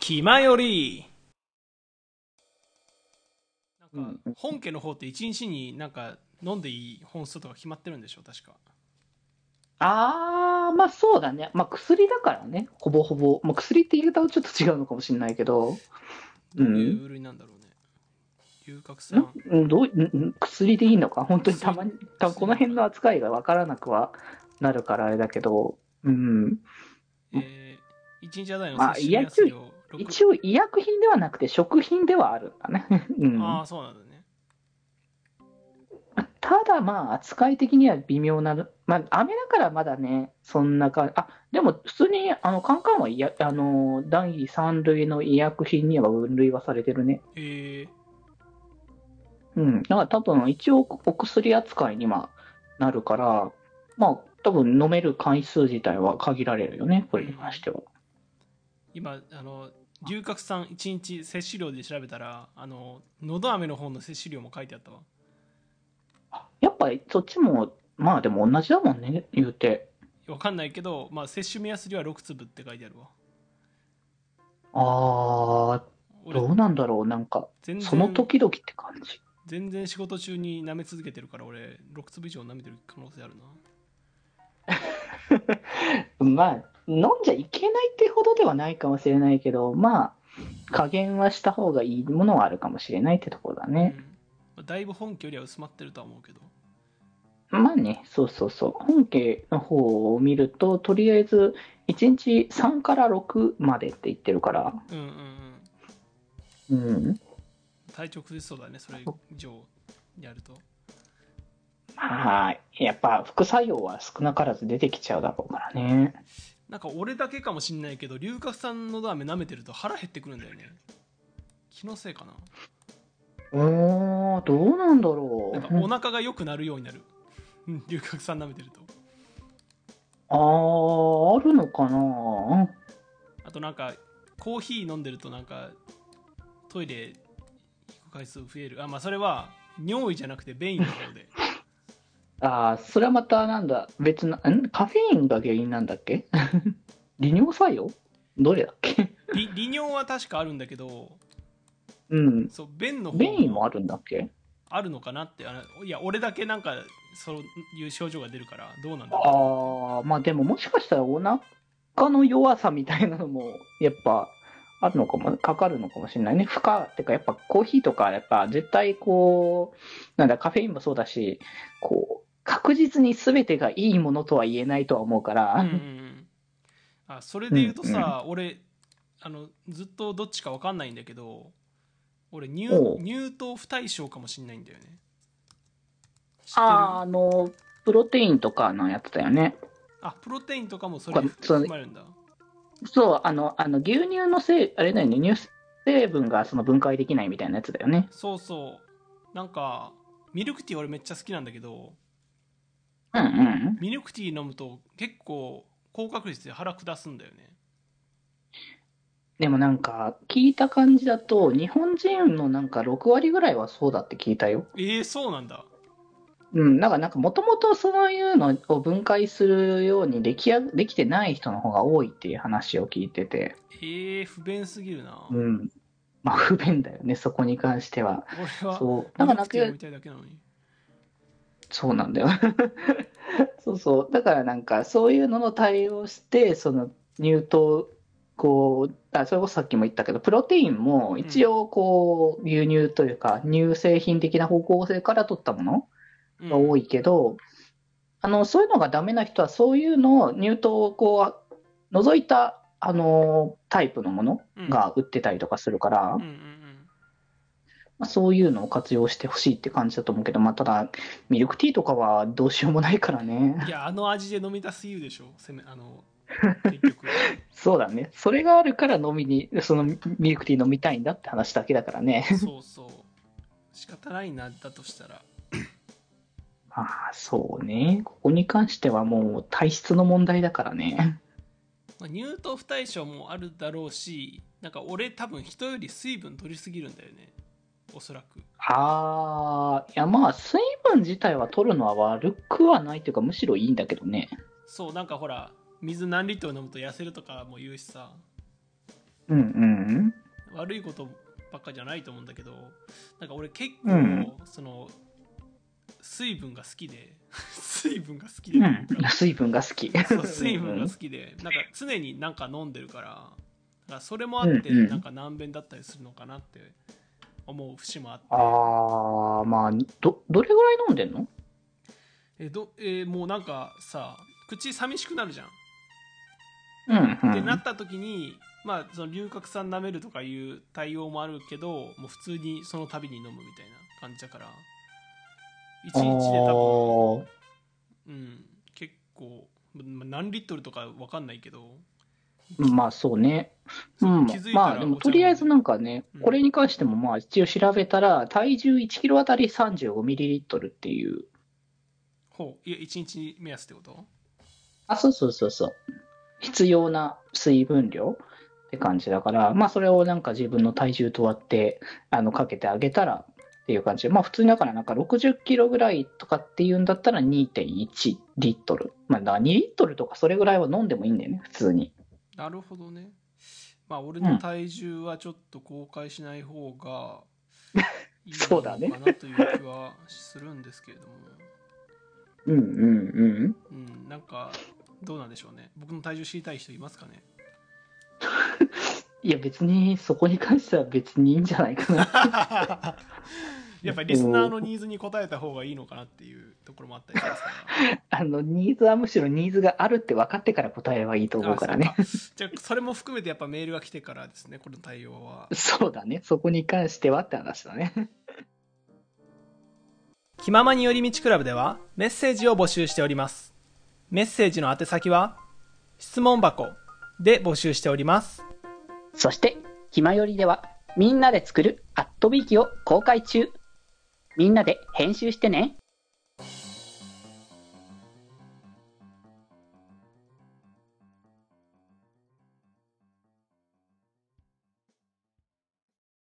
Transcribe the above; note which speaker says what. Speaker 1: 暇より
Speaker 2: う
Speaker 1: なん
Speaker 2: ん
Speaker 1: か本家の方って一日になんか飲んでいい本数とか決まってるんでしょ確か
Speaker 2: あー、まあそうだね。まあ薬だからね、ほぼほぼ。まあ薬って言い方はちょっと違うのかもしれないけど。う。
Speaker 1: どういうん部類なんだろうね龍角
Speaker 2: ん
Speaker 1: 散
Speaker 2: うんどううん薬でいいのか本当にたまに
Speaker 1: 薬
Speaker 2: たこの辺の扱いが分からなくはなるからあれだけど、うん、
Speaker 1: えー、一日あたりの
Speaker 2: まあ
Speaker 1: 摂取目安量六
Speaker 2: 一応医薬品ではなくて食品ではあるんだね、うん、
Speaker 1: ああそうなんだね
Speaker 2: ただまあ扱い的には微妙な、まあ、雨だからまだねそんなかあでも普通にあのカンカンは医薬あの第三類の医薬品には分類はされてるね
Speaker 1: え
Speaker 2: うん、だから多分一応お薬扱いにはなるから、まあ多分飲める回数自体は限られるよね、これに関しては。
Speaker 1: ー、今あの龍角散一日摂取量で調べたらあののど飴の方の摂取量も書いてあったわ
Speaker 2: やっぱりそっちも、まあでも同じだもんね、言うて。
Speaker 1: わかんないけど、まあ、摂取目安量は6粒って書いてあるわ
Speaker 2: あー、
Speaker 1: 俺
Speaker 2: どうなんだろう、なんか、
Speaker 1: 全然
Speaker 2: その時々って感じ。
Speaker 1: 全然仕事中に舐め続けてるから俺6粒以上舐めてる可能性あるな
Speaker 2: まあ、飲んじゃいけないってほどではないかもしれないけど、まあ、加減はした方がいいものはあるかもしれないってところだ
Speaker 1: う
Speaker 2: ね。
Speaker 1: んまあだいぶ本拠よりは薄まってるとは思うけど
Speaker 2: まあね、そうそうそう。本家の方を見ると、とりあえず1日3から6までって言ってるから、
Speaker 1: うんうんうん
Speaker 2: うん。
Speaker 1: 体調崩しそうだねそれ以上やると
Speaker 2: まあ、やっぱ副作用は少なからず出てきちゃうだろうからね。
Speaker 1: なんか俺だけかもしんないけど龍角散のど飴舐めてると腹減ってくるんだよね気のせいかな
Speaker 2: おー、どうなんだろ
Speaker 1: なんかお
Speaker 2: う。
Speaker 1: 腹が良くなるようになるうん龍角散舐めてると
Speaker 2: あー、あるのかな
Speaker 1: あとなんかコーヒー飲んでるとなんかトイレ行く回数増えるあまあそれは尿意じゃなくて便意の方で
Speaker 2: あー、それはまたなんだ、別な、んカフェインが原因なんだっけ 利尿作用どれだっけ
Speaker 1: 利利尿は確かあるんだけど
Speaker 2: うん。
Speaker 1: そう便の方
Speaker 2: 便意もあるんだっけ
Speaker 1: あるのかなってあのいや俺だけなんかそういう症状が出るからどうなんだろ
Speaker 2: ああ、まあでももしかしたらお腹の弱さみたいなのも、やっぱ、あるのかも、かかるのかもしれないね。負荷ってか、やっぱコーヒーとか、やっぱ絶対こう、なんだ、カフェインもそうだし、こう、確実に全てがいいものとは言えないとは思うから、
Speaker 1: う、うんうんうん、あそれで言うとさ、俺あのずっとどっちか分かんないんだけど俺乳
Speaker 2: おう
Speaker 1: 乳糖不対症かもしんないんだよね知ってる
Speaker 2: あーあの、プロテインとかのやつだよね。
Speaker 1: あプロテインとかもそ
Speaker 2: こ
Speaker 1: れ
Speaker 2: れ
Speaker 1: 含まれるんだ
Speaker 2: そう、あの、あの牛乳のせい、あれだよね、乳成分がその分解できないみたいなやつだよね。
Speaker 1: そうそうなんかミルクティー俺めっちゃ好きなんだけど
Speaker 2: うんうん。
Speaker 1: ミルクティー飲むと結構高確率で腹下すんだよね
Speaker 2: でもなんか聞いた感じだと日本人のなんか6割ぐらいはそうだって聞いたよ。
Speaker 1: ええそうなんだ
Speaker 2: うん、なんかなんかもともとそういうのを分解するようにできあできてない人の方が多いっていう話を聞いてて、
Speaker 1: ええ不便すぎるな、
Speaker 2: うん、まあ不便だよねそこに関しては。
Speaker 1: 俺は
Speaker 2: そう
Speaker 1: ミ
Speaker 2: だか
Speaker 1: ル
Speaker 2: らな
Speaker 1: クティー飲
Speaker 2: く
Speaker 1: みたいだけなのに
Speaker 2: そうなんだよ。 そうそうだからなんかそういうのの対応してその乳糖こうあそれこそさっきも言ったけどプロテインも一応こう牛乳というか乳製品的な方向性から取ったもの
Speaker 1: うん
Speaker 2: が多いけど、あのそういうのがダメな人はそういうのを乳糖をこう除いたあのタイプのものが売ってたりとかするから、
Speaker 1: うんう
Speaker 2: ま
Speaker 1: んうん
Speaker 2: あ、そういうのを活用してほしいって感じだと思うけど、まあ、ただミルクティーとかはどうしようもないから
Speaker 1: うん
Speaker 2: ね
Speaker 1: いやあの味で飲みたすぎるでしょせめあの 結局
Speaker 2: そうだねそれがあるから飲みにそのミルクティー飲みたいんだって話だけだからね
Speaker 1: そうそう仕方ないなだとしたら
Speaker 2: まあそうねここに関してはもう体質の問題だからね
Speaker 1: まあ乳糖不対症もあるだろうしなんか俺多分人より水分取りすぎるんだよねおそらく
Speaker 2: あーいやまあ水分自体は取るのは悪くはないというかむしろいいんだけどね
Speaker 1: そうなんかほら水何リットル飲むと痩せるとかも言うしさ
Speaker 2: うんうん
Speaker 1: 悪いことばっかじゃないと思うんだけどなんか俺結
Speaker 2: う
Speaker 1: 構
Speaker 2: ん
Speaker 1: その水分が好きで 水分が好きで
Speaker 2: う
Speaker 1: とい
Speaker 2: ん
Speaker 1: うか、
Speaker 2: 水分が好き
Speaker 1: そう 水分が好きでなんか常になんか飲んでるからだからそれもあって
Speaker 2: うんうん
Speaker 1: なんか難便だったりするのかなって思う節もあって
Speaker 2: ああまあどどれぐらい飲んでんの
Speaker 1: えど、えーもうなんかさ口寂しくなるじゃん
Speaker 2: うんうん
Speaker 1: ってなった時に、まあその龍角散舐めるとかいう対応もあるけどもう普通にその度に飲むみたいな感じだから1日で多
Speaker 2: あー
Speaker 1: 分、うん、結構ま何リットルとか分かんないけど
Speaker 2: まあそうね。うん
Speaker 1: 気づい。たら
Speaker 2: まあで
Speaker 1: お
Speaker 2: も
Speaker 1: 茶
Speaker 2: とりあえずなんかね
Speaker 1: うん、
Speaker 2: これに関してもまあ一応調べたら、体重1キロあたり35ミリリットルっていう。
Speaker 1: ほういや1日目安ってこと
Speaker 2: あ、そうそうそうそう。必要な水分量って感じだから、まあそれをなんか自分の体重と割って、あの、かけてあげたらっていう感じで、まあ普通にだからなんか60キロぐらいとかっていうんだったら2.1リットル。まあだから2リットルとかそれぐらいは飲んでもいいんだよね、普通に。
Speaker 1: なるほどねまあ俺
Speaker 2: う
Speaker 1: の
Speaker 2: ん
Speaker 1: 体重はちょっと公開しない方がいい
Speaker 2: そうだね
Speaker 1: のかなという気はするんですけれども、
Speaker 2: うんうんうん。
Speaker 1: うん、なんかどうなんでしょうね僕の体重知りたい人いますか ね
Speaker 2: いや別にそこに関しては別にいいんじゃないか な。
Speaker 1: やっぱりリスナーのニーズに応えた方がいいのかなっていうところもあったりし ますか
Speaker 2: あの、ニーズはむしろニーズがあるって分かってから答えればいいと
Speaker 1: ら。
Speaker 2: 思うからね。
Speaker 1: あ。そうかじゃあそれも含めてやっぱメールが来てからですね、この対応は。
Speaker 2: そうだね。そこに関してはって話だね。
Speaker 1: 気ままに寄り道クラブではメッセージを募集しております。メッセージの宛先は質問箱で募集しております。
Speaker 2: そして、ひまよりでは、みんなで作るアットビーキを公開中。みんなで編集してね。